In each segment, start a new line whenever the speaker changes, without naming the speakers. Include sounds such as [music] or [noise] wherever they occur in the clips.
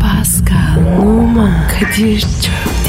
Pascal, Oman, Kadir çok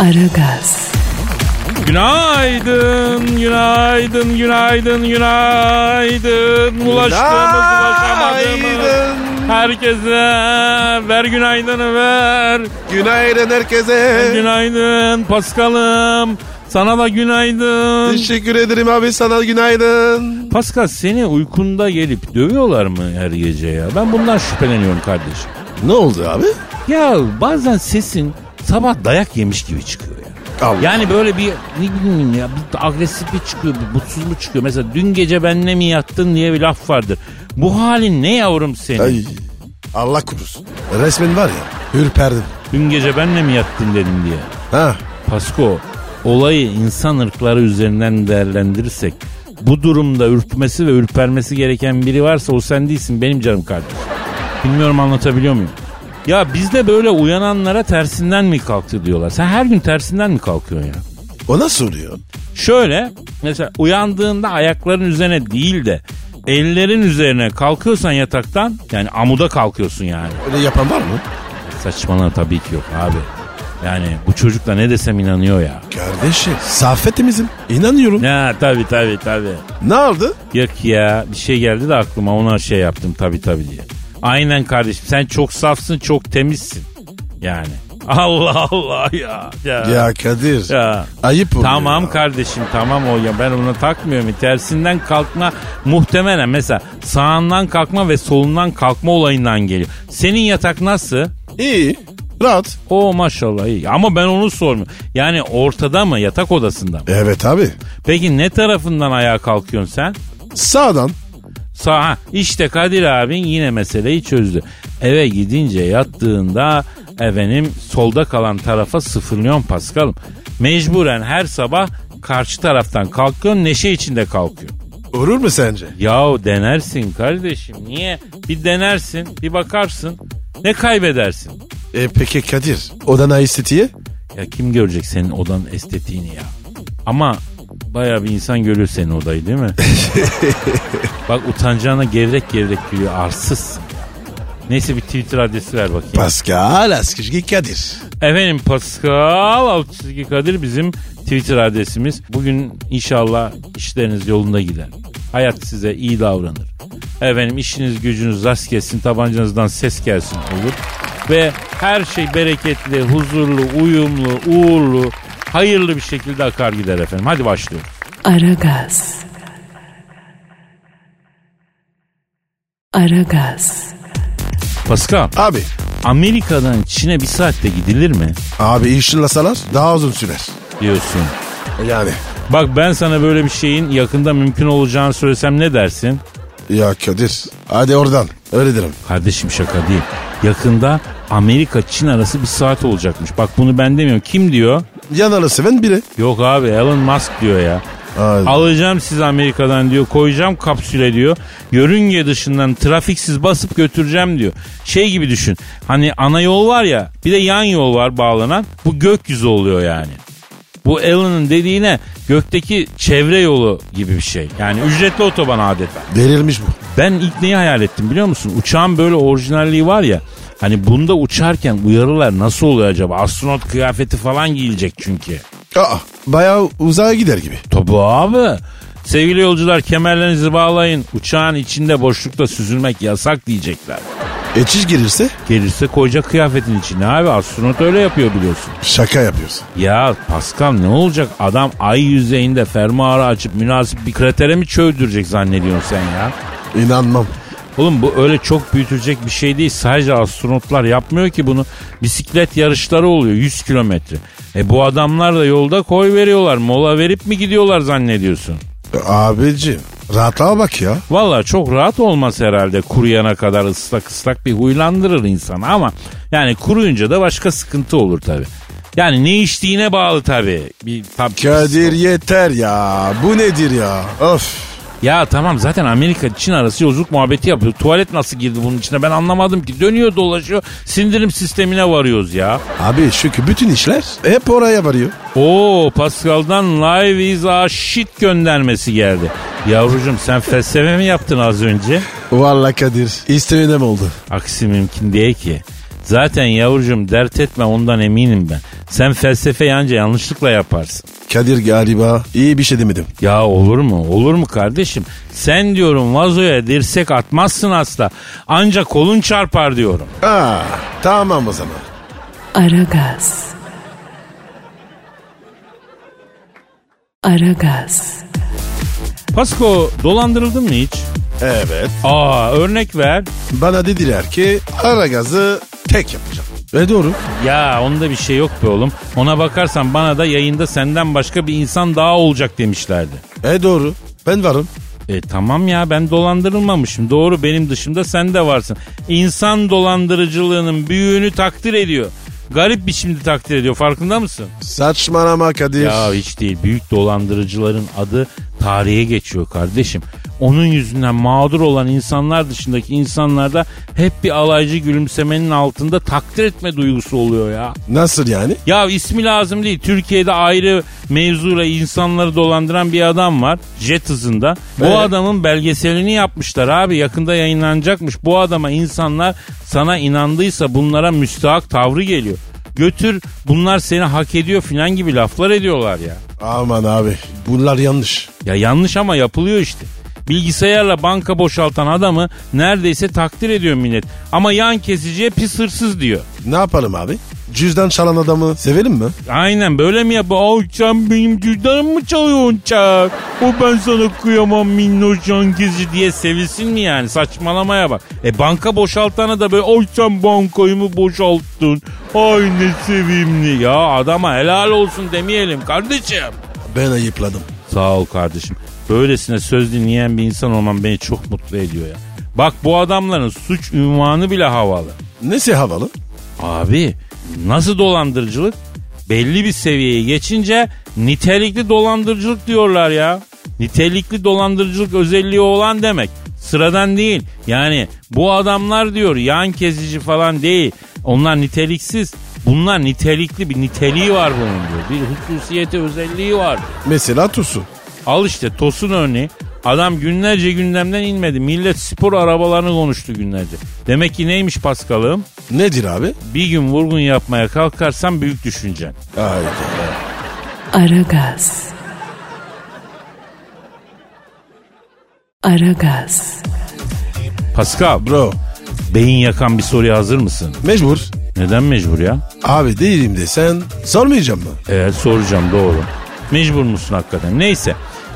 Aragaz,
Günaydın, günaydın, günaydın, günaydın. Ulaştığımız, ulaşamadığımız.
Günaydın.
Herkese ver günaydını ver.
Günaydın herkese.
Günaydın Paskal'ım. Sana da günaydın.
Teşekkür ederim abi sana günaydın.
Paskal seni uykunda gelip dövüyorlar mı her gece ya? Ben bundan şüpheleniyorum kardeşim.
Ne oldu abi?
Ya bazen sesin sabah dayak yemiş gibi çıkıyor ya.
Allah.
Yani böyle bir ne bileyim ya bir agresif bir çıkıyor, bir mutsuz mu çıkıyor. Mesela dün gece benle mi yattın diye bir laf vardır. Bu halin ne yavrum senin?
Ay. Allah korusun. Resmen var ya ürperdim.
Dün gece benle mi yattın dedim diye.
Ha.
Pasko olayı insan ırkları üzerinden değerlendirirsek bu durumda ürkmesi ve ürpermesi gereken biri varsa o sen değilsin benim canım kardeşim. Bilmiyorum anlatabiliyor muyum? Ya bizde böyle uyananlara tersinden mi kalktı diyorlar. Sen her gün tersinden mi kalkıyorsun ya?
O nasıl oluyor?
Şöyle mesela uyandığında ayakların üzerine değil de ellerin üzerine kalkıyorsan yataktan yani amuda kalkıyorsun yani.
Öyle yapan var mı?
Saçmalama tabii ki yok abi. Yani bu çocuk da ne desem inanıyor ya.
Kardeşim. Saffetimizim. İnanıyorum. Ne,
Ya tabii tabii tabii.
aldı?
Yok ya bir şey geldi de aklıma ona şey yaptım tabii tabii diye. Aynen kardeşim sen çok safsın çok temizsin. Yani [laughs] Allah Allah ya. Ya.
Ya Kadir.
ya.
Ayıp oluyor.
Tamam
ya.
kardeşim tamam o ya ben ona takmıyorum. Tersinden kalkma muhtemelen mesela sağından kalkma ve solundan kalkma olayından geliyor. Senin yatak nasıl?
İyi. Rahat.
O maşallah iyi ama ben onu sormuyorum. Yani ortada mı yatak odasında mı?
Evet abi.
Peki ne tarafından ayağa kalkıyorsun sen?
Sağdan.
Sağ ha, işte Kadir abin yine meseleyi çözdü. Eve gidince yattığında efendim solda kalan tarafa sıfırlıyorsun Paskal'ım. Mecburen her sabah karşı taraftan kalkıyorsun neşe içinde kalkıyorsun.
Olur mu sence?
Yahu denersin kardeşim niye? Bir denersin bir bakarsın ne kaybedersin?
E peki Kadir. Odana estetiğe?
Ya kim görecek senin odanın estetiğini ya? Ama bayağı bir insan görüyor senin odayı değil mi? Bak utancağına gevrek gevrek gülüyor arsızsın ya. Neyse bir Twitter adresi ver bakayım.
Pascal Askışki Kadir.
Efendim Pascal Altçizgi Kadir bizim Twitter adresimiz. Bugün inşallah işleriniz yolunda gider. Hayat size iyi davranır. Efendim işiniz gücünüz rast gelsin, tabancanızdan ses gelsin olur. Ve her şey bereketli, huzurlu, uyumlu, uğurlu, hayırlı bir şekilde akar gider efendim. Hadi başlıyoruz.
Aragaz. Aragaz,
Pascal,
Abi.
Amerika'dan Çin'e bir saatte gidilir mi
Abi inşallahsalar daha uzun sürer.
diyorsun?
Yani.
Bak ben sana böyle bir şeyin yakında mümkün olacağını söylesem ne dersin?
Ya Kadir. Hadi oradan. Öyle derim.
Kardeşim şaka değil. Yakında Amerika-Çin arası bir saat olacakmış. Bak bunu ben demiyorum. Kim diyor?
Yanalı seven biri.
Yok abi Elon Musk diyor ya.
Ay.
Alacağım sizi Amerika'dan diyor. Koyacağım kapsüle diyor. Yörünge dışından trafiksiz basıp götüreceğim diyor. Şey gibi düşün. Hani ana yol var ya bir de yan yol var bağlanan. Bu gökyüzü oluyor yani. Bu Elon'un dediğine gökteki çevre yolu gibi bir şey. Yani ücretli otoban adeta.
Verilmiş bu.
Ben ilk neyi hayal ettim biliyor musun? Uçağın böyle orijinalliği var ya. Hani bunda uçarken uyarılar nasıl oluyor acaba? Astronot kıyafeti falan giyilecek çünkü.
Aa. Bayağı uzağa gider gibi.
Tabi abi. Sevgili yolcular kemerlerinizi bağlayın. Uçağın içinde boşlukta süzülmek yasak diyecekler.
Eçiş girirse
Gelirse koyacak kıyafetin içine abi. Astronot öyle yapıyor biliyorsun.
şaka yapıyorsun.
Ya Pascal ne olacak? Adam ay yüzeyinde fermuarı açıp münasip bir kratere mi çöldürecek zannediyorsun sen ya?
İnanmam.
Oğlum bu öyle çok büyütülecek bir şey değil. Sadece astronotlar yapmıyor ki bunu. Bisiklet yarışları oluyor 100 kilometre. E bu adamlar da yolda koy veriyorlar. Mola verip mi gidiyorlar zannediyorsun?
Abicim rahatlığa bak ya.
Valla çok rahat olmaz herhalde kuruyana kadar ıslak ıslak bir huylandırır insanı ama yani kuruyunca da başka sıkıntı olur tabi. Yani ne içtiğine bağlı tabi. Bir tab-
Kadir yeter ya. Bu nedir ya? Of.
Ya tamam zaten Amerika Çin arası yolculuk muhabbeti yapıyor. Tuvalet nasıl girdi bunun içine ben anlamadım ki. Dönüyor dolaşıyor sindirim sistemine varıyoruz ya.
Abi çünkü bütün işler hep oraya varıyor.
Oo Pascal'dan live is a shit göndermesi geldi. Yavrucuğum sen felsefe mi yaptın az önce?
Vallahi Kadir istemeden oldu.
Aksi mümkün değil ki. Zaten yavrucuğum dert etme ondan eminim ben. Sen felsefe yanca yanlışlıkla yaparsın.
Kadir galiba iyi bir şey demedim.
Ya olur mu? Olur mu kardeşim? Sen diyorum vazoya dirsek atmazsın asla. Ancak kolun çarpar diyorum.
Aa, tamam o zaman.
Aragaz. Aragaz.
Pasko dolandırıldın mı hiç?
Evet.
Aa örnek ver.
Bana dediler ki ara gazı tek yapacağım. Ve
E,
doğru.
Ya onda bir şey yok be oğlum. Ona bakarsan bana da yayında senden başka bir insan daha olacak demişlerdi.
E doğru. Ben varım.
E tamam ya ben dolandırılmamışım. Doğru benim dışımda sen de varsın. İnsan dolandırıcılığının büyüğünü takdir ediyor. Garip biçimde takdir ediyor farkında mısın?
Saçmalama Kadir.
Ya hiç değil büyük dolandırıcıların adı tarihe geçiyor kardeşim. Onun yüzünden mağdur olan insanlar dışındaki insanlarda hep bir alaycı gülümsemenin altında takdir etme duygusu oluyor ya.
Nasıl yani?
Ya ismi lazım değil. Türkiye'de ayrı mevzuyla insanları dolandıran bir adam var. Jet hızında. Bu
Evet.
adamın belgeselini yapmışlar abi. Yakında yayınlanacakmış. Bu adama insanlar sana inandıysa bunlara müstahak tavrı geliyor. Götür bunlar seni hak ediyor filan gibi laflar ediyorlar ya.
Aman abi bunlar yanlış.
Ya yanlış ama yapılıyor işte. Bilgisayarla banka boşaltan adamı neredeyse takdir ediyor millet. Ama yan kesiciye pis hırsız diyor.
Ne yapalım abi? Cüzdan çalan adamı sevelim mi?
Aynen böyle mi yapıyor? Ay sen benim cüzdanımı mı çalıyorsun çak? O ben sana kıyamam minnoş yankezi diye sevilsin mi yani? Saçmalamaya bak. E banka boşaltana da böyle ay sen bankayı mı boşalttın? Ay ne sevimli ya adama helal olsun demeyelim kardeşim.
Ben ayıpladım.
Sağ ol kardeşim. Böylesine söz dinleyen bir insan olman beni çok mutlu ediyor ya. Bak bu adamların suç ünvanı bile havalı.
Nesi havalı?
Abi nasıl dolandırıcılık? Belli bir seviyeye geçince nitelikli dolandırıcılık diyorlar ya. Nitelikli dolandırıcılık özelliği olan demek. Sıradan değil. Yani bu adamlar diyor yan kesici falan değil. Onlar niteliksiz. Bunlar nitelikli bir niteliği var bunun diyor. Bir hususiyeti özelliği var.
Mesela Tusu.
Al işte Tosun örneği. Adam günlerce gündemden inmedi. Millet spor arabalarını konuştu günlerce. Demek ki neymiş Paskal'ım?
Nedir abi?
Bir gün vurgun yapmaya kalkarsan büyük düşüncen.
Haydi.
Aragaz. Aragaz.
Pascal,
Bro
beyin yakan bir soruya hazır mısın?
mecbur.
Neden mecbur ya?
Abi değilim desen sormayacağım mı?
Evet soracağım doğru. Mecbur musun hakikaten? Neyse.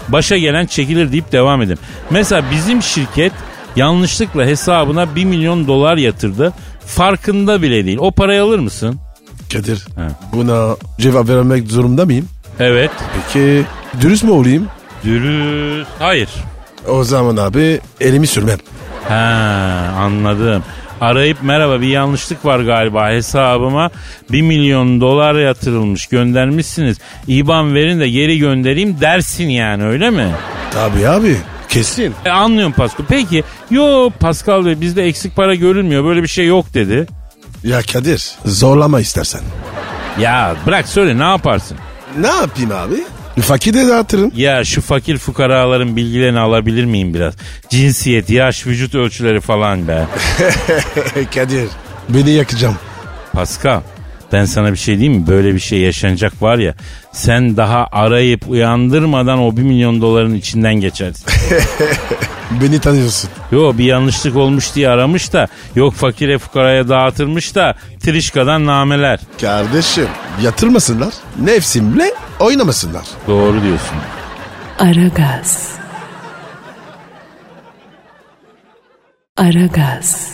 Başa gelen çekilir deyip devam edin. Mesela bizim şirket yanlışlıkla hesabına 1 milyon dolar yatırdı. Farkında bile değil. O parayı alır mısın?
Kadir
He.
buna cevap vermek zorunda mıyım?
Evet.
Peki dürüst mü olayım?
Dürüst. Hayır.
O zaman abi elimi sürmem.
Ha anladım. Arayıp merhaba bir yanlışlık var galiba hesabıma 1 milyon dolar yatırılmış göndermişsiniz. İban verin de geri göndereyim dersin yani öyle mi?
Tabii abi kesin.
E, anlıyorum Pascal. Peki yo Pascal Bey bizde eksik para görülmüyor böyle bir şey yok dedi.
Ya Kadir zorlama istersen.
Ya bırak söyle ne yaparsın?
Ne yapayım abi? Fakir de dağıtırım.
Ya şu fakir fukaraların bilgilerini alabilir miyim biraz? Cinsiyet, yaş, vücut ölçüleri falan be.
[laughs] Kadir beni yakacağım.
Pascal ben sana bir şey diyeyim mi? Böyle bir şey yaşanacak var ya. Sen daha arayıp uyandırmadan o 1 milyon doların içinden geçersin.
Beni tanıyorsun.
Yo bir yanlışlık olmuş diye aramış da yok fakire fukaraya dağıtırmış da trişkadan nameler.
Kardeşim yatırmasınlar. Nefsimle oynamasınlar.
Doğru diyorsun.
Aragaz. Aragaz.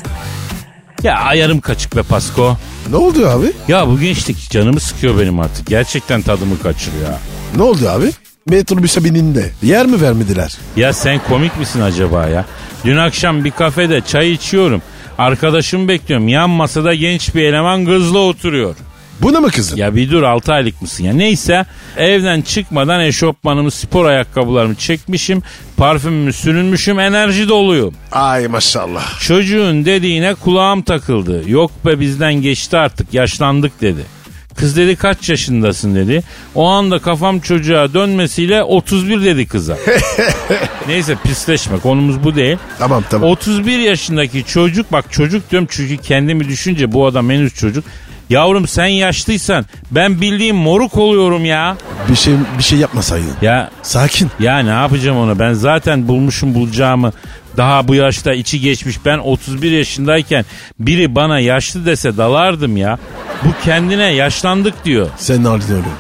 Ya ayarım kaçık be Pasko.
Ne oldu abi?
Ya bu gençlik canımı sıkıyor benim artık. Gerçekten tadımı kaçırıyor. ha.
Ne oldu abi? Metrobüse bininde. Yer mi vermediler?
Ya sen komik misin acaba ya? Dün akşam bir kafede çay içiyorum. Arkadaşımı bekliyorum. Yan masada genç bir eleman kızla oturuyor.
Buna mı kızın?
[laughs] Ya bir dur 6 aylık mısın ya? Neyse evden çıkmadan eşofmanımı, spor ayakkabılarımı çekmişim. Parfümümü sürünmüşüm, enerji doluyum.
Ay maşallah.
Çocuğun dediğine kulağım takıldı. Yok be bizden geçti artık yaşlandık dedi. Kız dedi kaç yaşındasın dedi. O anda kafam çocuğa dönmesiyle 31 dedi kıza. Neyse pisleşme konumuz bu değil.
Tamam tamam.
31 yaşındaki çocuk bak çocuk diyorum çünkü kendimi düşünce bu adam henüz çocuk. Yavrum sen yaşlıysan ben bildiğim moruk oluyorum ya.
Bir şey bir şey yapmasaydın.
Ya
Sakin.
ya ne yapacağım onu ben zaten bulmuşum bulacağımı. Daha bu yaşta içi geçmiş ben 31 yaşındayken biri bana yaşlı dese dalardım ya. Bu kendine yaşlandık diyor.
Sen anlıyorum.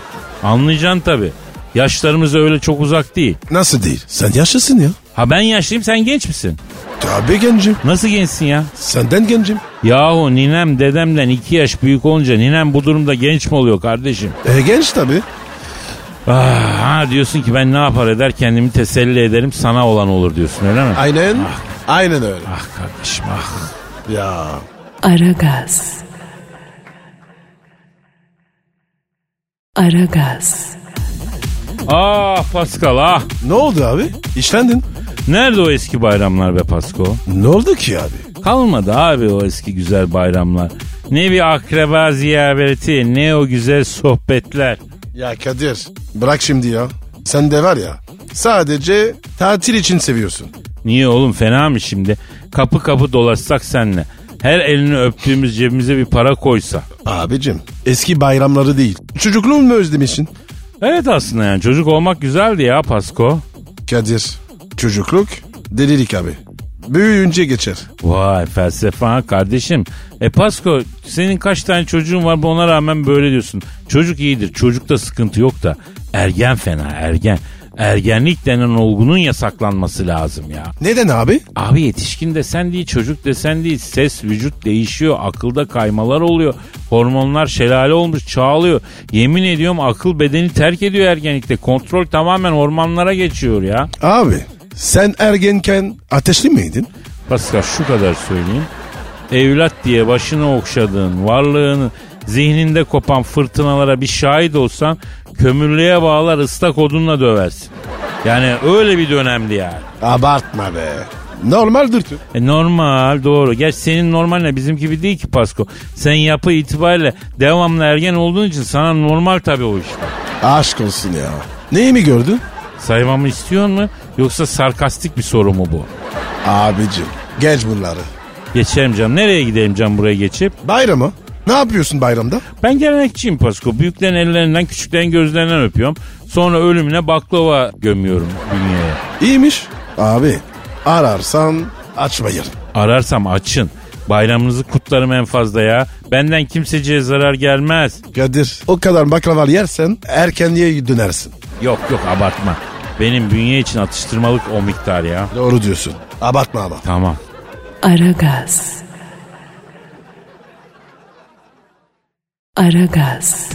Anlayacaksın tabii. Yaşlarımız öyle çok uzak değil.
Nasıl değil? Sen yaşlısın ya.
Ha ben yaşlıyım sen genç misin?
Tabii gencim.
Nasıl gençsin ya?
Senden gencim.
Yahu ninem dedemden iki yaş büyük olunca ninem bu durumda genç mi oluyor kardeşim?
E genç tabii.
Ah, ha diyorsun ki ben ne yapar eder kendimi teselli ederim sana olan olur diyorsun öyle mi?
Aynen. Aynen öyle.
Ah kardeşim ah.
Ya.
Aragaz. Aragaz.
Ah Pascal ah.
Ne oldu abi? İşlendin.
Nerede o eski bayramlar be Pasko?
Ne oldu ki abi?
Kalmadı abi o eski güzel bayramlar. Ne bir akraba ziyareti ne o güzel sohbetler.
Ya Kadir bırak şimdi ya. Sen de var ya sadece tatil için seviyorsun.
Niye oğlum fena mı şimdi? Kapı kapı dolaşsak senle. Her elini öptüğümüz cebimize bir para koysa.
Abicim eski bayramları değil. Çocukluğunu mu özlemişsin?
Evet aslında yani çocuk olmak güzeldi ya Pasko.
Kadir çocukluk delilik abi. Büyüyünce geçer.
Vay felsefe ha kardeşim. E Pasko senin kaç tane çocuğun var bu ona rağmen böyle diyorsun. Çocuk iyidir çocukta sıkıntı yok da ergen fena ergen. Ergenlik denen olgunun yasaklanması lazım ya.
Neden abi?
Abi yetişkin desen değil çocuk desen değil ses vücut değişiyor akılda kaymalar oluyor hormonlar şelale olmuş çağlıyor yemin ediyorum akıl bedeni terk ediyor ergenlikte kontrol tamamen hormonlara geçiyor ya.
Abi sen ergenken ateşli miydin?
Pascal şu kadar söyleyeyim. Evlat diye başını okşadığın, varlığını zihninde kopan fırtınalara bir şahit olsan kömürlüğe bağlar ıslak odunla döversin. Yani öyle bir dönemdi yani.
Abartma be. Normaldir.
E normal doğru. Gerçi senin normalle bizimki gibi değil ki Pasko. Sen yapı itibariyle devamlı ergen olduğun için sana normal tabii o işte.
Aşk olsun ya. Neyi mi gördün?
Saymamı istiyor mu yoksa sarkastik bir soru mu bu?
Abicim geç bunları.
Geçelim canım. Nereye gidelim canım buraya geçip?
Bayrama? Ne yapıyorsun bayramda?
Ben gelenekçiyim Pasko. Büyüklerin ellerinden, küçüklerin gözlerinden öpüyorum. Sonra ölümüne baklava gömüyorum dünyaya.
İyiymiş. Abi ararsan açmayın.
Ararsam açın. Bayramınızı kutlarım en fazla ya. Benden kimseciye zarar gelmez.
Kadir o kadar baklava yersen erkenliğe dönersin.
Yok yok abartma. Benim bünye için atıştırmalık o miktar ya.
Doğru diyorsun. Abartma ama.
Tamam.
Aragaz. Aragaz.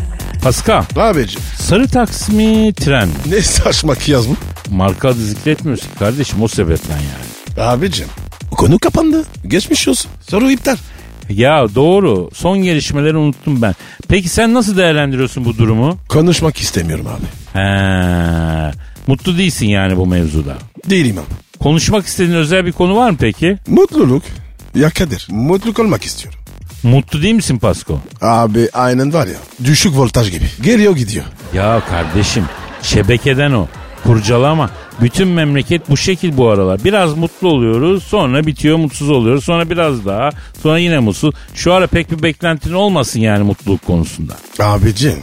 Paska,
Abicim
sarı taksimi tren. mi?
ne saçma kıyas bu?
Marka adı zikretmiyorsun kardeşim o sebepten yani.
Abicim konu kapandı. Geçmiş olsun. Soru iptal.
Ya doğru. Son gelişmeleri unuttum ben. Peki sen nasıl değerlendiriyorsun bu durumu?
Konuşmak istemiyorum abi.
He. Mutlu değilsin yani bu mevzuda.
Değilim abi.
Konuşmak istediğin özel bir konu var mı peki?
Mutluluk. Ya Kadir mutluluk olmak istiyorum.
Mutlu değil misin Pasko?
Abi aynen var ya düşük voltaj gibi. Geliyor gidiyor.
Ya kardeşim şebekeden o. Kurcalama. Bütün memleket bu şekil bu aralar. Biraz mutlu oluyoruz sonra bitiyor mutsuz oluyoruz sonra biraz daha sonra yine mutsuz. Şu ara pek bir beklentin olmasın yani mutluluk konusunda.
Abicim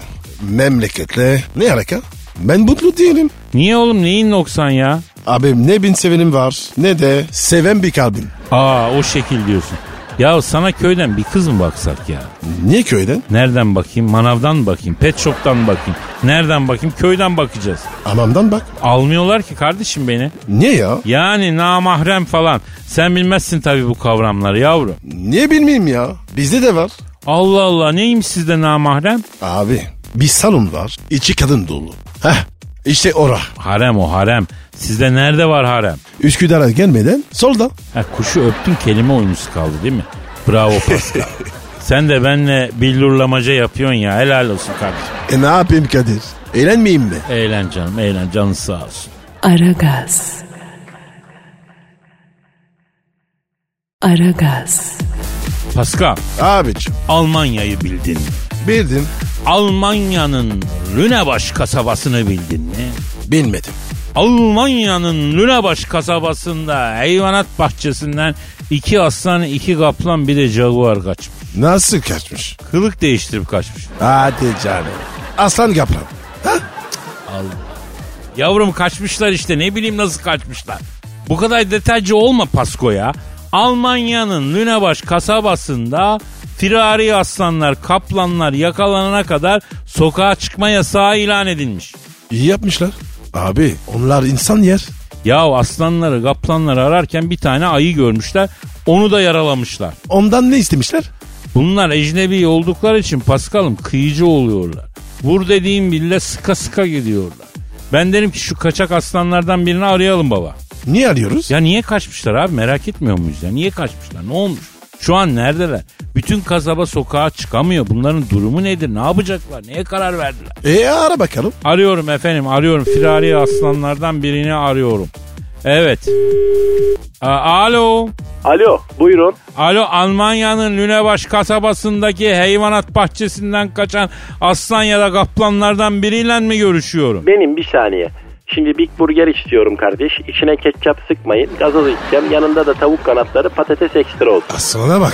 memleketle ne alaka? Ben mutlu değilim.
Niye oğlum neyin noksan ya?
Abim ne bin sevenim var ne de seven bir kalbim.
Aa o şekil diyorsun. Ya sana köyden bir kız mı baksak ya?
Niye köyden?
Nereden bakayım? Manavdan mı bakayım? Pet shop'tan mı bakayım? Nereden bakayım? Köyden bakacağız.
Anamdan bak.
Almıyorlar ki kardeşim beni.
Niye ya?
Yani namahrem falan. Sen bilmezsin tabii bu kavramları yavrum.
Niye bilmeyeyim ya? Bizde de var.
Allah Allah neymiş sizde namahrem?
Abi bir salon var. içi kadın dolu. Heh İşte ora.
Harem o harem. Sizde nerede var harem?
Üsküdar'a gelmeden solda.
Ha, kuşu öptün kelime oyunusu kaldı değil mi? Bravo Pascal. Sen de benle billurlamaca yapıyorsun ya. Helal olsun kardeşim.
E ne yapayım Kadir? Eğlenmeyeyim mi?
Eğlen canım eğlen canın sağ olsun.
Aragaz. Aragaz.
Pascal
Abicim
Almanya'yı bildin mi?
bildim
Almanya'nın Lünebaş kasabasını bildin mi?
bilmedim.
Almanya'nın Lünebaş kasabasında hayvanat bahçesinden iki aslan, iki kaplan bir de jaguar kaçmış.
Nasıl kaçmış?
Kılık değiştirip kaçmış.
Hadi canım. Aslan kaplan.
Yavrum kaçmışlar işte ne bileyim nasıl kaçmışlar. Bu kadar detaycı olma Pasko ya. Almanya'nın Lünebaş kasabasında firari aslanlar, kaplanlar yakalanana kadar sokağa çıkma yasağı ilan edilmiş.
İyi yapmışlar. Abi onlar insan yer.
Ya aslanları, kaplanları ararken bir tane ayı görmüşler. Onu da yaralamışlar.
Ondan ne istemişler?
Bunlar ecnebi oldukları için Paskal'ım kıyıcı oluyorlar. Vur dediğim bile sıka sıka gidiyorlar. Ben derim ki şu kaçak aslanlardan birini arayalım baba.
Niye arıyoruz?
Ya niye kaçmışlar abi merak etmiyor muyuz ya? Niye kaçmışlar? Ne olmuş? Şu an neredeler? Bütün kasaba sokağa çıkamıyor. Bunların durumu nedir? Ne yapacaklar? Neye karar verdiler?
E ara bakalım.
Arıyorum efendim arıyorum. Firari aslanlardan birini arıyorum. Evet. A- Alo.
Alo buyurun.
Alo Almanya'nın Lünebaş kasabasındaki hayvanat bahçesinden kaçan aslan ya da kaplanlardan biriyle mi görüşüyorum?
Benim bir saniye. Şimdi Big Burger istiyorum kardeş. İçine ketçap sıkmayın. Gazoz içeceğim. Yanında da tavuk kanatları patates ekstra olsun.
Aslana bak.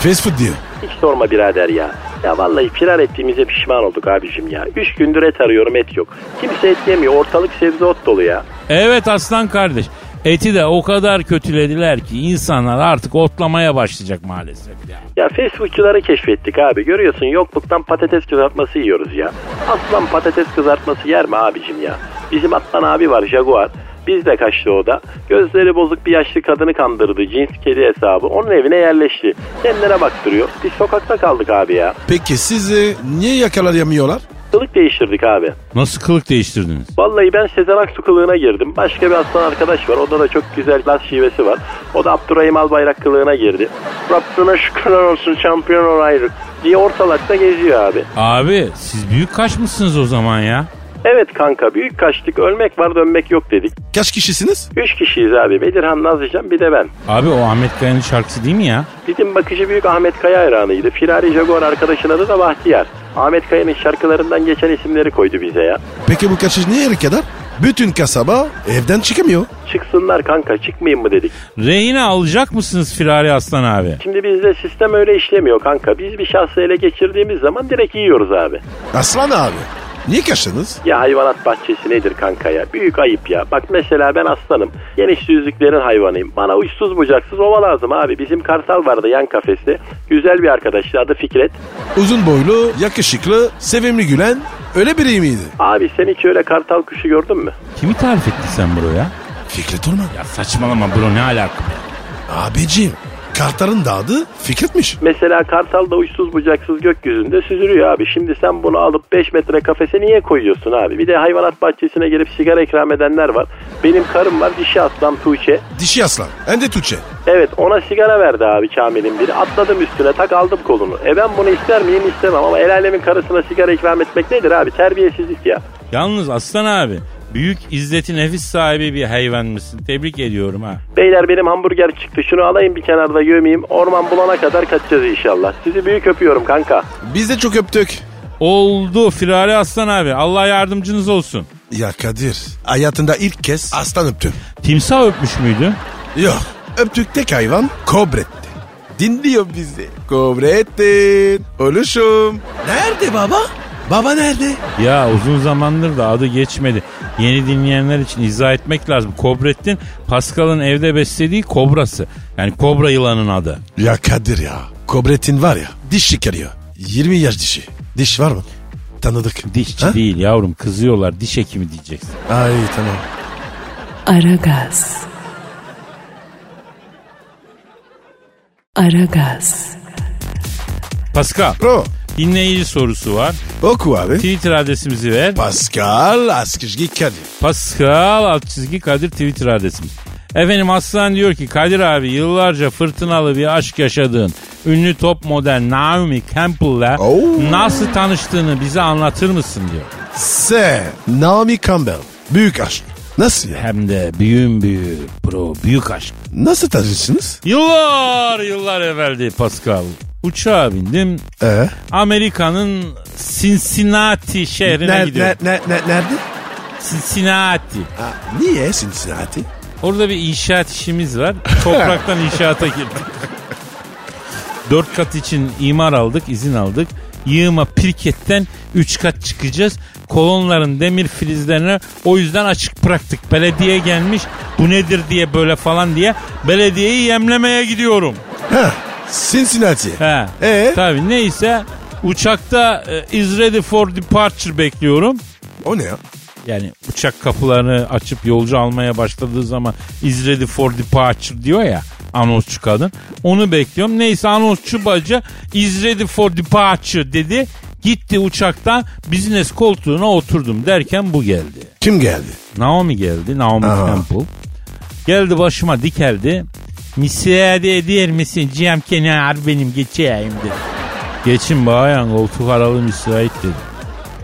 Fast food diyor.
Hiç sorma birader ya. Ya vallahi firar ettiğimize pişman olduk abicim ya. Üç gündür et arıyorum et yok. Kimse et yemiyor. Ortalık sebze ot dolu ya.
Evet aslan kardeş. Eti de o kadar kötülediler ki insanlar artık otlamaya başlayacak maalesef ya.
Ya Facebookçuları keşfettik abi. Görüyorsun yokluktan patates kızartması yiyoruz ya. Aslan patates kızartması yer mi abicim ya? Bizim Atlan abi var Jaguar. Biz de kaçtı o da. Gözleri bozuk bir yaşlı kadını kandırdı. Cins kedi hesabı. Onun evine yerleşti. Kendine baktırıyor. Biz sokakta kaldık abi ya.
Peki sizi niye yakalayamıyorlar?
Kılık değiştirdik abi.
Nasıl kılık değiştirdiniz?
Vallahi ben Sezen Aksu kılığına girdim. Başka bir aslan arkadaş var. Onda da çok güzel laf şivesi var. O da Abdurrahim Albayrak kılığına girdi. Rabbine şükürler olsun şampiyon olaydık diye ortalıkta geziyor abi.
Abi siz büyük kaçmışsınız o zaman ya.
Evet kanka büyük kaçtık ölmek var dönmek yok dedik.
Kaç kişisiniz?
Üç kişiyiz abi Bedirhan Nazlıcan bir de ben.
Abi o Ahmet Kaya'nın şarkısı değil mi ya?
Bizim bakıcı büyük Ahmet Kaya hayranıydı. Firari Jaguar arkadaşın adı da Bahtiyar. Ahmet Kaya'nın şarkılarından geçen isimleri koydu bize ya.
Peki bu kaçış niye yere kadar? Bütün kasaba evden çıkamıyor.
Çıksınlar kanka çıkmayın mı dedik.
Rehine alacak mısınız Firari Aslan abi?
Şimdi bizde sistem öyle işlemiyor kanka. Biz bir şahsı ele geçirdiğimiz zaman direkt yiyoruz abi.
Aslan abi. Niye kaçtınız?
Ya hayvanat bahçesi nedir kanka ya? Büyük ayıp ya. Bak mesela ben aslanım. Geniş düzlüklerin hayvanıyım. Bana uçsuz bucaksız ova lazım abi. Bizim kartal vardı yan kafeste. Güzel bir arkadaştı adı Fikret.
Uzun boylu, yakışıklı, sevimli gülen öyle biri miydi?
Abi sen hiç öyle kartal kuşu gördün mü?
Kimi tarif ettin sen bro ya?
Fikret Orman.
Ya saçmalama bro ne alaka?
Abiciğim. Kartalın da adı Fikret'miş.
Mesela kartal da uçsuz bucaksız gökyüzünde süzülüyor abi. Şimdi sen bunu alıp 5 metre kafese niye koyuyorsun abi? Bir de hayvanat bahçesine gelip sigara ikram edenler var. Benim karım var dişi aslan Tuğçe.
Dişi aslan. Hem de Tuğçe.
Evet ona sigara verdi abi Kamil'in biri. Atladım üstüne tak aldım kolunu. E ben bunu ister miyim istemem ama el alemin karısına sigara ikram etmek nedir abi? Terbiyesizlik ya.
Yalnız Aslan abi büyük izzeti nefis sahibi bir hayvan mısın? Tebrik ediyorum ha.
Beyler benim hamburger çıktı şunu alayım bir kenarda gömeyim. Orman bulana kadar kaçacağız inşallah. Sizi büyük öpüyorum kanka.
Biz de çok öptük.
Oldu Firari Aslan abi. Allah yardımcınız olsun.
Ya Kadir. Hayatında ilk kez aslan öptüm.
Timsah öpmüş müydü?
Yok. Öptük tek hayvan kobretti. Dinliyor bizi. Kobrettin. Oluşum. Nerede baba? Baba nerede?
Ya uzun zamandır da adı geçmedi. Yeni dinleyenler için izah etmek lazım. Kobrettin Pascal'ın evde beslediği kobrası. Yani kobra yılanın adı.
Ya Kadir ya. Kobrettin var ya. Diş çıkarıyor. 20 yaş dişi. Diş var mı? Tanıdık.
Dişçi
Ha?
değil yavrum kızıyorlar diş hekimi diyeceksin.
Ay tamam.
Aragaz. Aragaz.
Pascal
Bro.
Dinleyici sorusu var.
Oku abi.
Twitter adresimizi ver.
Pascal Askizgi Kadir.
Pascal alt çizgi Kadir Twitter adresimiz. Efendim Aslan diyor ki Kadir abi yıllarca fırtınalı bir aşk yaşadığın ünlü top model Naomi Campbell'la
Oo.
nasıl tanıştığını bize anlatır mısın diyor.
S. Naomi Campbell. Büyük aşk. Nasıl ya?
Hem de büyüğün büyüğü bro büyük aşk.
Nasıl tanıştınız?
Yıllar yıllar evveldi Pascal. Uçağa bindim.
Ee?
Amerika'nın Cincinnati şehrine
Ner-
gidiyorum.
ner- ner- ner- nerede?
Cincinnati.
Ha, niye Cincinnati?
Orada bir inşaat işimiz var. Topraktan inşaata girdik. Dört kat için imar aldık, izin aldık. Yığıma pirketten üç kat çıkacağız. Kolonların demir filizlerini o yüzden açık bıraktık. Belediye gelmiş bu nedir diye böyle falan diye belediyeyi yemlemeye gidiyorum.
Ha, Cincinnati.
He.
Ee?
Tabii neyse uçakta e, is ready for departure bekliyorum.
O ne ya?
Yani uçak kapılarını açıp yolcu almaya başladığı zaman is ready for departure diyor ya anonsçu kadın. Onu bekliyorum. Neyse anonsçu bacı is ready for departure dedi. Gitti uçaktan business koltuğuna oturdum derken bu geldi.
Kim geldi?
Naomi geldi. Naomi
Aha.
Campbell. Geldi başıma dikeldi. Müsaade eder misin? Cem kenar benim geçeyim dedi. Geçin bayan koltuk aralı müsait dedi.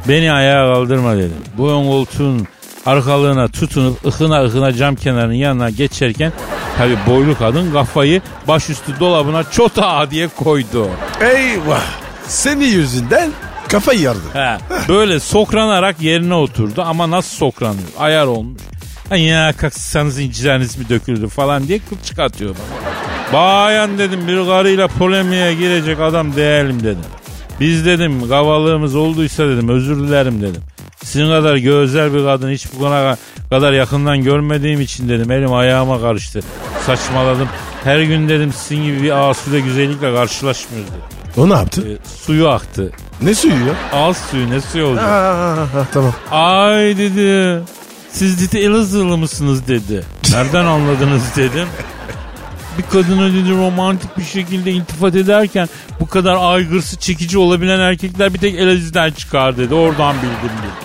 Beni ayağa kaldırma dedim. Bu ön koltuğun arkalığına tutunup ıkına ıkına cam kenarının yanına geçerken tabi boylu kadın kafayı başüstü dolabına çota diye koydu.
Eyvah. Senin yüzünden kafayı yardım.
He, böyle sokranarak yerine oturdu ama nasıl sokranıyor? Ayar olmuş. Ha, ya kalksanız incirleriniz mi döküldü falan diye kılçık atıyor bana. Bayan dedim bir karıyla polemiğe girecek adam değilim dedim. Biz dedim kavalığımız olduysa dedim özür dilerim dedim. Sizin kadar gözel bir kadın hiç bu kadar, kadar yakından görmediğim için dedim elim ayağıma karıştı. Saçmaladım. Her gün dedim sizin gibi bir asude güzellikle karşılaşmıyoruz dedim.
O ne yaptı?
E, suyu aktı.
Ne suyu ya?
Ağız suyu ne suyu olacak?
Ha, ha, tamam.
Ay dedi. Siz dedi Elazığlı mısınız dedi. Nereden anladınız dedim. Bir kadına dedi romantik bir şekilde iltifat ederken bu kadar aygırsı çekici olabilen erkekler bir tek Elazığ'dan çıkar dedi. Oradan bildim dedi.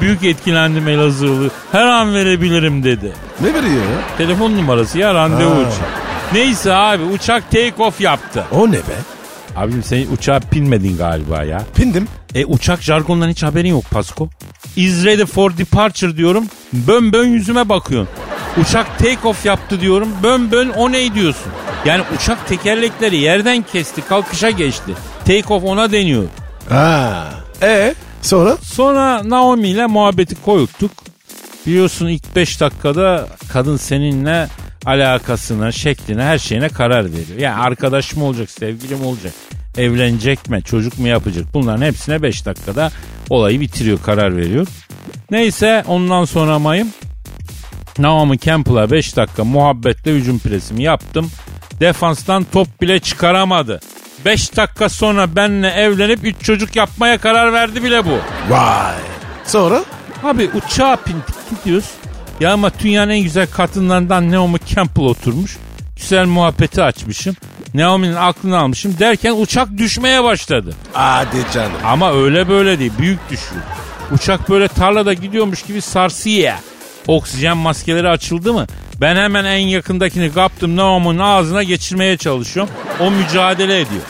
Büyük etkilendim Elazığlı. Her an verebilirim dedi.
Ne veriyor ya?
Telefon numarası ya randevu
Ha.
uçak. Neyse abi uçak take off yaptı.
O ne be?
Abim sen uçağa binmedin galiba ya.
Pindim.
E uçak jargondan hiç haberin yok Pasko. Is ready for departure diyorum. Bön bön yüzüme bakıyorsun. Uçak take off yaptı diyorum. Bön bön o ne diyorsun? Yani uçak tekerlekleri yerden kesti kalkışa geçti. Take off ona deniyor.
Ha. E sonra?
Sonra Naomi ile muhabbeti koyuttuk. Biliyorsun ilk 5 dakikada kadın seninle alakasına, şekline, her şeyine karar veriyor. Yani arkadaş mı olacak, sevgili mi olacak, evlenecek mi, çocuk mu yapacak? Bunların hepsine 5 dakikada olayı bitiriyor, karar veriyor. Neyse ondan sonra mayım Naomi Campbell'a 5 dakika muhabbetle hücum presimi yaptım. Defanstan top bile çıkaramadı. 5 dakika sonra benle evlenip 3 çocuk yapmaya karar verdi bile bu.
Vay. Sonra?
Abi uçağa bindik gidiyoruz. Ya ama dünyanın en güzel kadınlarından Naomi Campbell oturmuş. Güzel muhabbeti açmışım. Naomi'nin aklını almışım derken uçak düşmeye başladı.
Hadi canım.
Ama öyle böyle değil büyük düşüyor. Uçak böyle tarlada gidiyormuş gibi sarsıyor. Oksijen maskeleri açıldı mı? Ben hemen en yakındakini kaptım Naomi'nin ağzına geçirmeye çalışıyorum. O mücadele ediyor.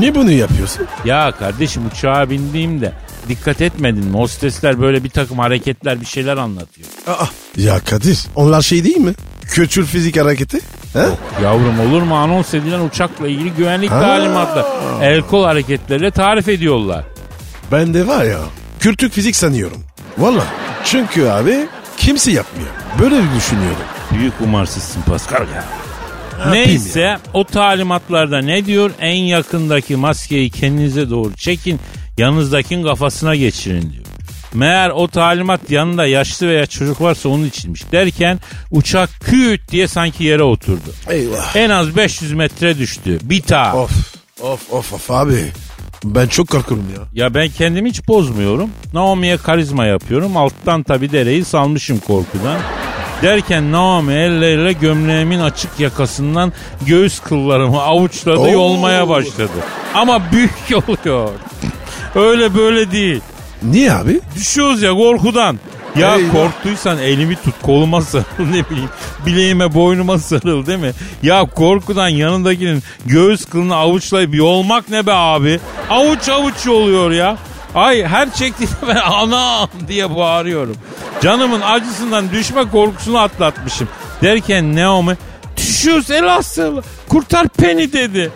Ne bunu yapıyorsun?
Ya kardeşim uçağa bindiğimde dikkat etmedin mi? Hostesler böyle bir takım hareketler bir şeyler anlatıyor.
Aa. Ya Kadir onlar şey değil mi? Köçül fizik hareketi. He?
Yavrum olur mu anons edilen uçakla ilgili güvenlik
Ha.
talimatları el kol hareketleriyle tarif ediyorlar.
Ben de var ya kültür fizik sanıyorum. Valla. Çünkü abi kimse yapmıyor. Böyle düşünüyordum.
Büyük umarsızsın Pascal ya.
yapayım
Neyse o talimatlarda ne diyor? En yakındaki maskeyi kendinize doğru çekin. Yanınızdakinin kafasına geçirin diyor. Meğer o talimat yanında yaşlı veya çocuk varsa onun içinmiş derken uçak küt diye sanki yere oturdu.
Eyvah. Oh.
En az 500 metre düştü. Bir ta.
Of. Of of of abi. Ben çok korkuyorum ya.
Ya ben kendimi hiç bozmuyorum. Naomi'ye karizma yapıyorum. Alttan tabi dereyi salmışım korkudan. Derken Naomi elleriyle gömleğimin açık yakasından göğüs kıllarımı avuçladı
Oo.
[laughs] yolmaya başladı. Ama büyük yoluyor. Öyle böyle değil.
Niye abi?
Düşüyoruz ya korkudan. Ya
Eyvah.
korktuysan elimi tut koluma sarıl [laughs] ne bileyim bileğime boynuma sarıl değil mi? Ya korkudan yanındakinin göğüs kılını avuçlayıp yolmak ne be abi? Avuç avuç yoluyor ya. Ay her çektiğimde [laughs] ben anam diye bağırıyorum. Canımın acısından düşme korkusunu atlatmışım. Derken Naomi düşüyoruz Elazığlı kurtar beni dedi.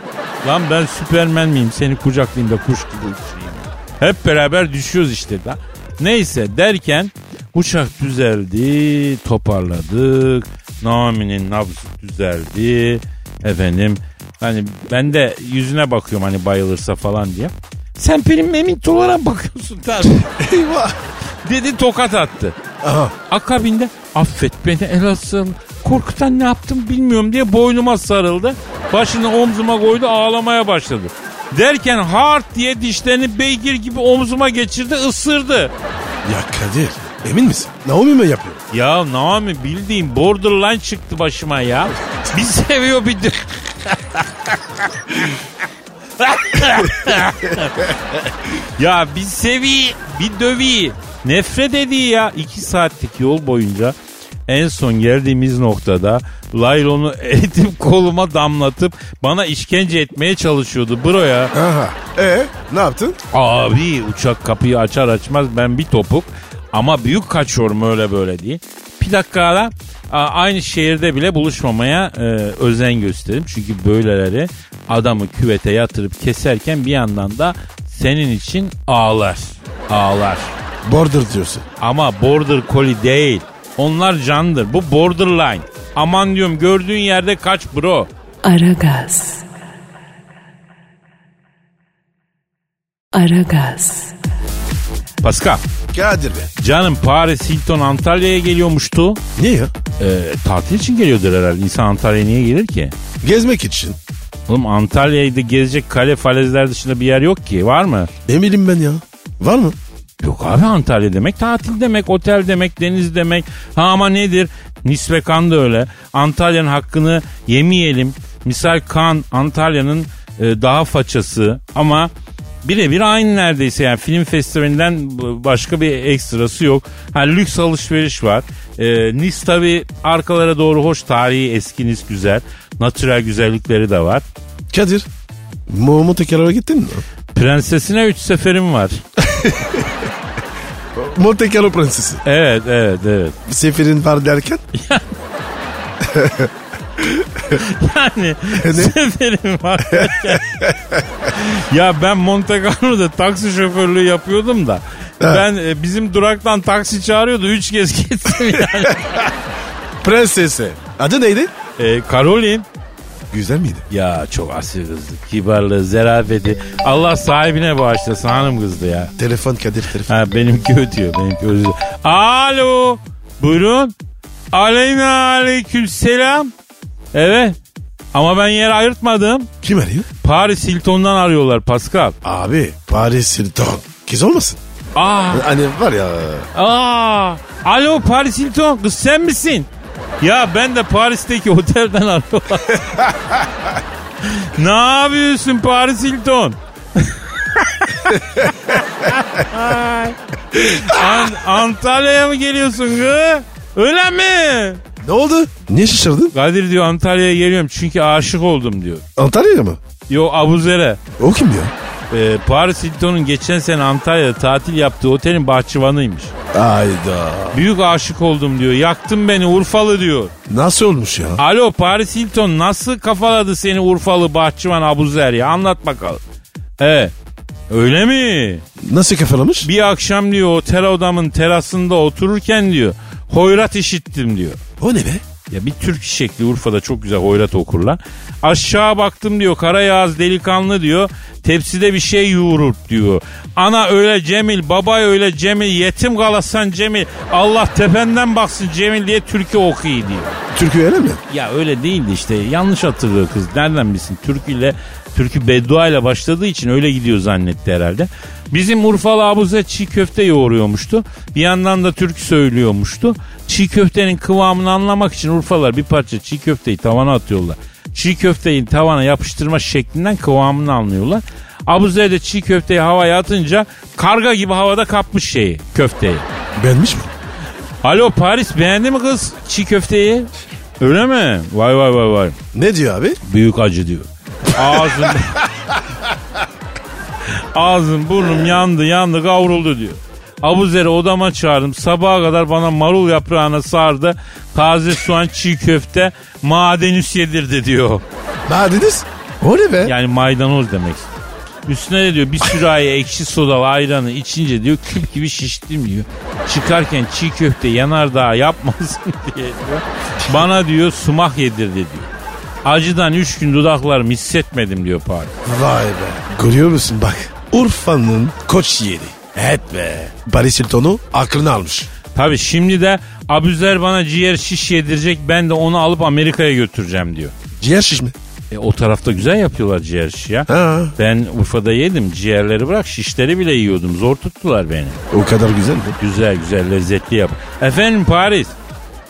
Lan ben süpermen miyim seni kucaklayayım da kuş gibi uçurayım. Hep beraber düşüyoruz işte da. Neyse derken uçak düzeldi, toparladık. Naomi'nin nabzı düzeldi. Efendim hani ben de yüzüne bakıyorum hani bayılırsa falan diye. Sen benim memint olarak bakıyorsun tabii. [laughs]
Eyvah.
Dedi tokat attı.
Aha.
Akabinde affet beni Elazığlı. Korkutan ne yaptım bilmiyorum diye boynuma sarıldı. Başını omzuma koydu ağlamaya başladı. Derken hard diye dişlerini beygir gibi omzuma geçirdi ısırdı.
Ya Kadir emin misin? Naomi mi yapıyor?
Ya Naomi bildiğin borderline çıktı başıma ya. Bir [laughs] seviyor bir de... ya bir sevi, bir dövi. Nefret ediyor ya. İki saatlik yol boyunca en son geldiğimiz noktada laylonu eritip koluma damlatıp bana işkence etmeye çalışıyordu bro ya.
Aha. E ne yaptın?
Abi uçak kapıyı açar açmaz ben bir topuk ama büyük kaçıyorum öyle böyle değil. Bir dakika ara a- aynı şehirde bile buluşmamaya e, özen gösteririm. Çünkü böyleleri adamı küvete yatırıp keserken bir yandan da senin için ağlar. Ağlar.
Border diyorsun.
Ama border collie değil. Onlar candır. Bu borderline. Aman diyorum gördüğün yerde kaç bro.
Aragaz. Aragaz.
Pascal.
Kadir be.
Canım Paris Hilton Antalya'ya geliyormuştu.
Niye ya?
Ee, tatil için geliyordur herhalde. İnsan Antalya'ya niye gelir ki?
Gezmek için.
Oğlum Antalya'da gezecek kale falezler dışında bir yer yok ki. Var mı?
Eminim ben ya. Var mı?
Yok abi Antalya demek tatil demek, otel demek, deniz demek. Ha ama nedir? Nisve kan da öyle. Antalya'nın hakkını yemeyelim. Misal kan Antalya'nın e, daha façası ama birebir aynı neredeyse yani film festivalinden b- başka bir ekstrası yok. Ha lüks alışveriş var. E, Nis tabi arkalara doğru hoş tarihi eski Nis güzel. Natürel güzellikleri de var.
Kadir. Mumu tekrara gittin mi?
Prensesine 3 seferim var.
Monte Carlo prensesi.
Evet evet evet.
Seferin var derken
Yani seferim var. ya ben Monte Carlo'da taksi şoförlüğü yapıyordum da. Ben e, bizim duraktan taksi çağırıyordu. Üç kez gittim yani.
prensesi. Adı neydi?
[laughs] e, Karolin.
Güzel miydi?
Ya çok asil kızdı. Kibarlığı, zerafeti. Allah sahibine bağışlasın hanım kızdı ya.
Telefon Kadir telefon.
Ha benimki ötüyor. Benimki ötüyor. Alo. Buyurun. Aleyna aleyküm selam. Evet. Ama ben yer ayırtmadım.
Kim arıyor?
Paris Hilton'dan arıyorlar Pascal.
Abi Paris Hilton. Kız olmasın?
Aa,
Hani var ya.
aa. Alo Paris Hilton kız sen misin? Ya ben de Paris'teki otelden [laughs] arıyorlar. ne yapıyorsun Paris Hilton? An- Antalya'ya mı geliyorsun kız? Öyle mi?
Ne oldu? Niye şaşırdın?
Kadir diyor Antalya'ya geliyorum çünkü aşık oldum diyor.
Antalya'ya mı?
Yo Abuzer'e.
O kim ya?
Ee, Paris Hilton'un geçen sene Antalya'da tatil yaptığı otelin bahçıvanıymış.
Ayda.
Büyük aşık oldum diyor. Yaktın beni Urfalı diyor.
Nasıl olmuş ya?
Alo Paris Hilton nasıl kafaladı seni Urfalı bahçıvan Abuzer ya? Anlat bakalım. Evet. Öyle mi?
Nasıl kafalamış?
Bir akşam diyor otel odamın terasında otururken diyor. Hoyrat işittim diyor.
O ne be?
Ya bir türk şekli Urfa'da çok güzel hoyrat okurlar. Aşağı baktım diyor kara yağız delikanlı diyor. Tepside bir şey yoğurur diyor. Ana öyle Cemil, baba öyle Cemil, yetim kalasan Cemil. Allah tependen baksın Cemil diye türkü okuyor diyor.
Türkü öyle mi?
Ya öyle değildi işte yanlış hatırlıyor kız. Nereden bilsin türküyle, türkü beddua ile başladığı için öyle gidiyor zannetti herhalde. Bizim Urfalı abuze çiğ köfte yoğuruyormuştu. Bir yandan da türkü söylüyormuştu. Çiğ köftenin kıvamını anlamak için Urfalar bir parça çiğ köfteyi tavana atıyorlar. Çiğ köfteyi tavana yapıştırma şeklinden kıvamını anlıyorlar. Abuzer de çiğ köfteyi havaya atınca karga gibi havada kapmış şeyi köfteyi.
Benmiş mi?
Alo Paris beğendi mi kız çiğ köfteyi? Öyle mi? Vay vay vay vay.
Ne diyor abi?
Büyük acı diyor. Ağzım... Ağzım burnum yandı yandı kavruldu diyor. Abuzer'i odama çağırdım. Sabaha kadar bana marul yaprağına sardı. Taze soğan çiğ köfte madenüs yedirdi diyor.
Madeniz? O ne be?
Yani maydanoz demek. Üstüne de diyor bir sürahi ekşi sodalı ayranı içince diyor küp gibi şiştim diyor. Çıkarken çiğ köfte yanardağ yapmasın [laughs] diye diyor. Bana diyor sumak yedirdi diyor. Acıdan üç gün dudaklarımı hissetmedim diyor Paris.
Vay be. Görüyor musun bak. Urfa'nın koç yeri. Evet be. Paris Hilton'u aklını almış.
Tabi şimdi de Abuzer bana ciğer şiş yedirecek ben de onu alıp Amerika'ya götüreceğim diyor.
Ciğer şiş mi?
E, o tarafta güzel yapıyorlar ciğer şiş ya.
Ha.
Ben Urfa'da yedim ciğerleri bırak şişleri bile yiyordum zor tuttular beni.
O kadar güzel mi?
Güzel güzel lezzetli yap. Efendim Paris.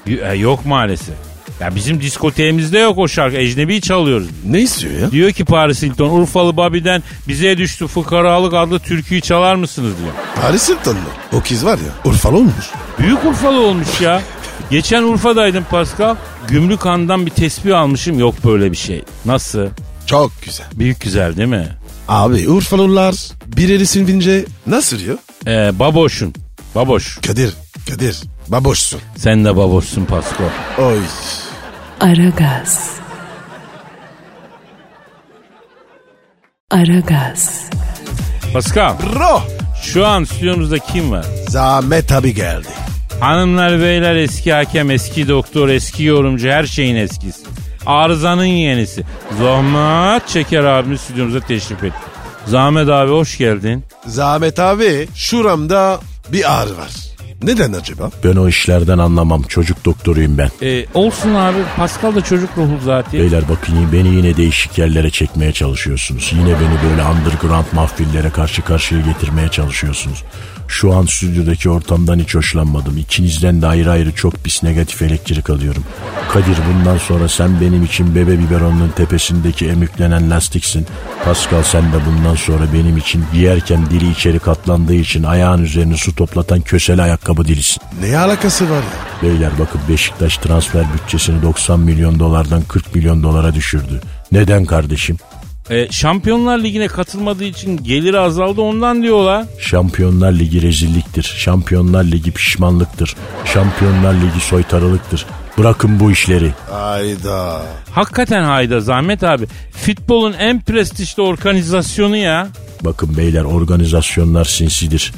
Y- e, yok maalesef. Ya bizim diskoteğimizde yok o şarkı. Ecnebi çalıyoruz.
Ne istiyor ya?
Diyor ki Paris Hilton Urfalı Babi'den bize düştü fukaralık adlı türküyü çalar mısınız diyor.
Paris Hilton mu? O kız var ya Urfalı olmuş.
Büyük Urfalı olmuş ya. Geçen Urfa'daydım Pascal. Gümrük Han'dan bir tesbih almışım. Yok böyle bir şey. Nasıl?
Çok güzel.
Büyük güzel değil mi?
Abi Urfalılar bir eli silvince nasıl diyor?
Ee, baboşun. Baboş.
Kadir, Kadir baboşsun.
Sen de baboşsun Pascal.
Oy.
Aragaz. Aragaz.
Pascal
Bro.
şu an stüdyomuzda kim var?
Zahmet abi geldi.
Hanımlar beyler eski hakem, eski doktor, eski yorumcu her şeyin eskisi. Arızanın yenisi. Zahmet Çeker abimiz stüdyomuza teşrif etti. Zahmet abi hoş geldin.
Zahmet abi şuramda bir ağrı var. Neden acaba?
Ben o işlerden anlamam. Çocuk doktoruyum ben.
Ee, olsun abi Pascal da çocuk ruhlu zaten.
Beyler bakın beni yine değişik yerlere çekmeye çalışıyorsunuz. Yine beni böyle underground mahfillere karşı karşıya getirmeye çalışıyorsunuz. Şu an stüdyodaki ortamdan hiç hoşlanmadım. İkinizden de ayrı ayrı çok pis negatif elektrik alıyorum. Kadir bundan sonra sen benim için bebe biberonunun tepesindeki emüklenen lastiksin. Pascal sen de bundan sonra benim için giyerken dili içeri katlandığı için ayağın üzerine su toplatan köseli ayakkabı dilisin.
Ne alakası var ya?
Beyler bakın Beşiktaş transfer bütçesini 90 milyon dolardan 40 milyon dolara düşürdü. Neden kardeşim?
Ee, Şampiyonlar Ligi'ne katılmadığı için geliri azaldı ondan diyorlar.
Şampiyonlar Ligi rezilliktir. Şampiyonlar Ligi pişmanlıktır. Şampiyonlar Ligi soytarılıktır. Bırakın bu işleri.
Ayda.
Hakikaten hayda Zahmet abi. Futbolun en prestijli organizasyonu ya.
Bakın beyler organizasyonlar sinsidir.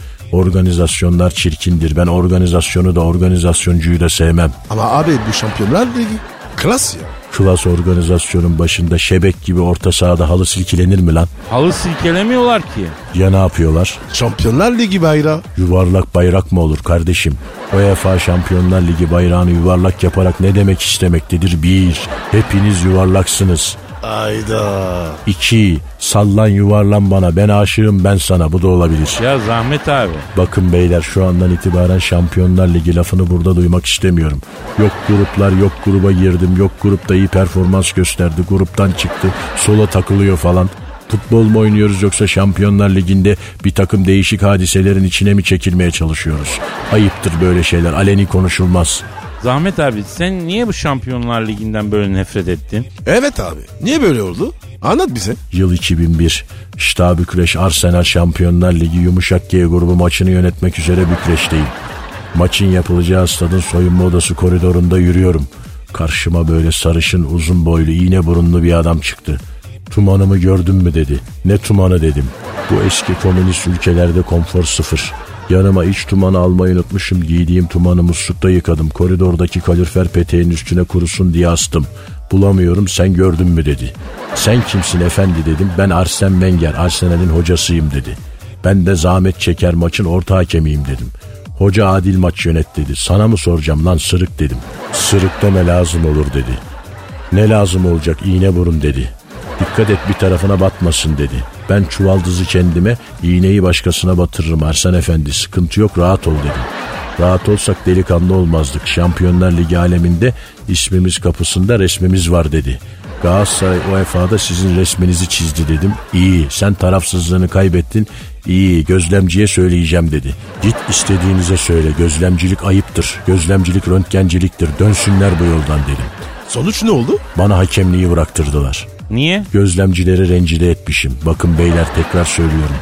Organizasyonlar çirkindir. Ben organizasyonu da organizasyoncuyu da sevmem.
Ama abi bu şampiyonlar ligi klas ya.
Klas organizasyonun başında şebek gibi orta sahada halı silkilenir mi lan?
Halı silkelemiyorlar ki.
Ya ne yapıyorlar?
Şampiyonlar ligi bayrağı.
Yuvarlak bayrak mı olur kardeşim? UEFA Şampiyonlar Ligi bayrağını yuvarlak yaparak ne demek istemektedir? Bir, hepiniz yuvarlaksınız.
Ayda.
İki, sallan yuvarlan bana ben aşığım ben sana bu da olabilir.
Ya Zahmet abi.
Bakın beyler şu andan itibaren Şampiyonlar Ligi lafını burada duymak istemiyorum. Yok gruplar yok gruba girdim yok grupta iyi performans gösterdi gruptan çıktı sola takılıyor falan. Futbol mu oynuyoruz yoksa Şampiyonlar Ligi'nde bir takım değişik hadiselerin içine mi çekilmeye çalışıyoruz? Ayıptır böyle şeyler aleni konuşulmaz.
Zahmet abi sen niye bu Şampiyonlar Ligi'nden böyle nefret ettin?
Evet abi. Niye böyle oldu? Anlat bize.
Yıl 2001. Şta Bükreş Arsenal Şampiyonlar Ligi Yumuşak G grubu maçını yönetmek üzere Bükreş'teyim. Maçın yapılacağı stadın soyunma odası koridorunda yürüyorum. Karşıma böyle sarışın uzun boylu iğne burunlu bir adam çıktı. Tumanımı gördün mü dedi. Ne tumanı dedim. Bu eski komünist ülkelerde konfor sıfır. Yanıma iç tumanı almayı unutmuşum. Giydiğim tumanı muslukta yıkadım. Koridordaki kalorifer peteğin üstüne kurusun diye astım. Bulamıyorum sen gördün mü dedi. Sen kimsin efendi dedim. Ben Arsene Wenger, Arsenal'in hocasıyım dedi. Ben de zahmet çeker maçın orta hakemiyim dedim. Hoca adil maç yönet dedi. Sana mı soracağım lan sırık dedim. Sırık deme lazım olur dedi. Ne lazım olacak iğne burun dedi. Dikkat et bir tarafına batmasın dedi. Ben çuvaldızı kendime iğneyi başkasına batırırım Arslan Efendi sıkıntı yok rahat ol dedi. Rahat olsak delikanlı olmazdık. Şampiyonlar Ligi aleminde ismimiz kapısında resmimiz var dedi. Galatasaray UEFA'da sizin resminizi çizdi dedim. İyi sen tarafsızlığını kaybettin. İyi gözlemciye söyleyeceğim dedi. Git istediğinize söyle gözlemcilik ayıptır. Gözlemcilik röntgenciliktir. Dönsünler bu yoldan dedim.
Sonuç ne oldu?
Bana hakemliği bıraktırdılar.
Niye?
Gözlemcileri rencide etmişim. Bakın beyler tekrar söylüyorum.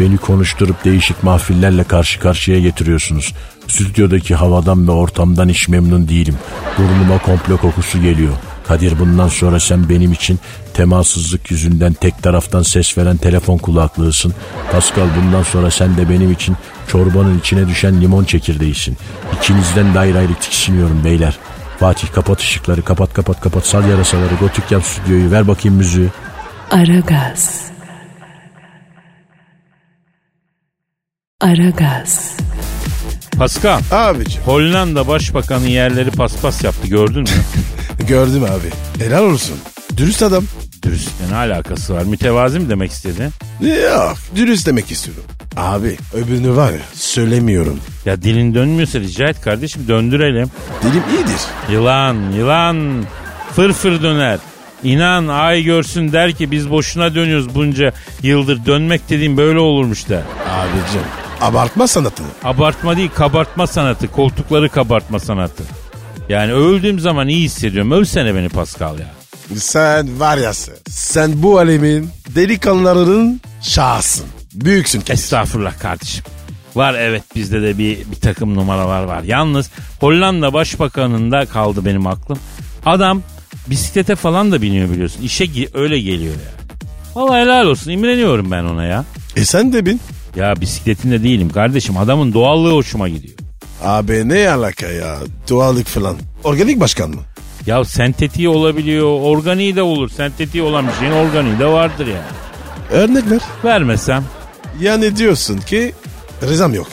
Beni konuşturup değişik mahfillerle karşı karşıya getiriyorsunuz. Stüdyodaki havadan ve ortamdan hiç memnun değilim. Burnuma komplo kokusu geliyor. Kadir bundan sonra sen benim için temassızlık yüzünden tek taraftan ses veren telefon kulaklığısın. Pascal bundan sonra sen de benim için çorbanın içine düşen limon çekirdeğisin. İkinizden de ayrı ayrı tiksiniyorum beyler. Fatih kapat ışıkları kapat kapat kapat sal yarasaları gotik yap stüdyoyu ver bakayım müziği.
Aragaz. Aragaz.
Pascal.
Abicim
Hollanda Başbakanı yerleri paspas yaptı gördün mü? [laughs]
gördüm abi. Helal olsun. Dürüst adam.
Dürüstle ne alakası var? Mütevazi mi demek istedi?
Yok dürüst demek istiyorum. Abi öbürünü var ya söylemiyorum.
Ya dilin dönmüyorsa rica et kardeşim döndürelim.
Dilim iyidir.
Yılan, yılan fırfır döner. İnan ay görsün der ki biz boşuna dönüyoruz bunca yıldır. Dönmek dediğim böyle olurmuş der.
Abicim abartma sanatını.
Abartma değil kabartma sanatı. Koltukları kabartma sanatı. Yani öldüğüm zaman iyi hissediyorum. Ölsene beni Pascal ya.
Sen var ya sen. Sen bu alemin delikanlılarının şahsın. Büyüksün kesin.
Estağfurullah kardeşim. Var evet bizde de bir, bir takım numaralar var. Yalnız Hollanda Başbakanı'nda kaldı benim aklım. Adam bisiklete falan da biniyor biliyorsun. İşe gi- öyle geliyor yani. Vallahi helal olsun imreniyorum ben ona ya.
E sen de bin.
Ya bisikletinde değilim kardeşim adamın doğallığı hoşuma gidiyor.
Abi ne alaka ya? Doğallık falan. Organik başkan mı?
Ya sentetiği olabiliyor organiği de olur. Sentetiği olan bir şeyin organiği de vardır yani.
Örnek ver.
Vermesem
Yani diyorsun ki rızam yok.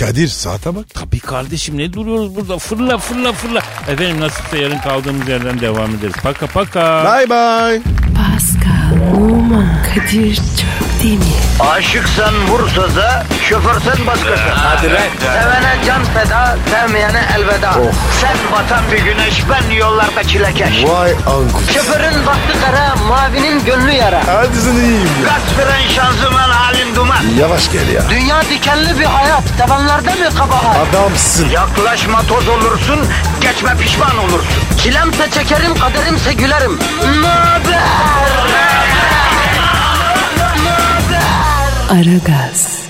Kadir saate bak.
Tabii kardeşim ne duruyoruz burada fırla fırla fırla. Efendim nasipse yarın kaldığımız yerden devam ederiz. Paka paka.
Bye bye.
Pascal, Oman, Kadir çok değil mi?
Aşıksan vursa da, şoförsen başkasın. Hadi
lan.
Sevene can feda, sevmeyene elveda. Sen batan bir güneş, ben yollarda çilekeş.
Vay anku.
Şoförün baktı kara, mavinin gönlü yara.
Hadi sen iyiyim ya.
Kasperen şanzıman halin duman.
Yavaş gel ya.
Dünya dikenli bir hayat, sevenlerde mi kabahar?
Adamsın.
Yaklaşma toz olursun, geçme pişman olursun. Çilemse çekerim, kaderimse gülerim. Möber!
Aragaz.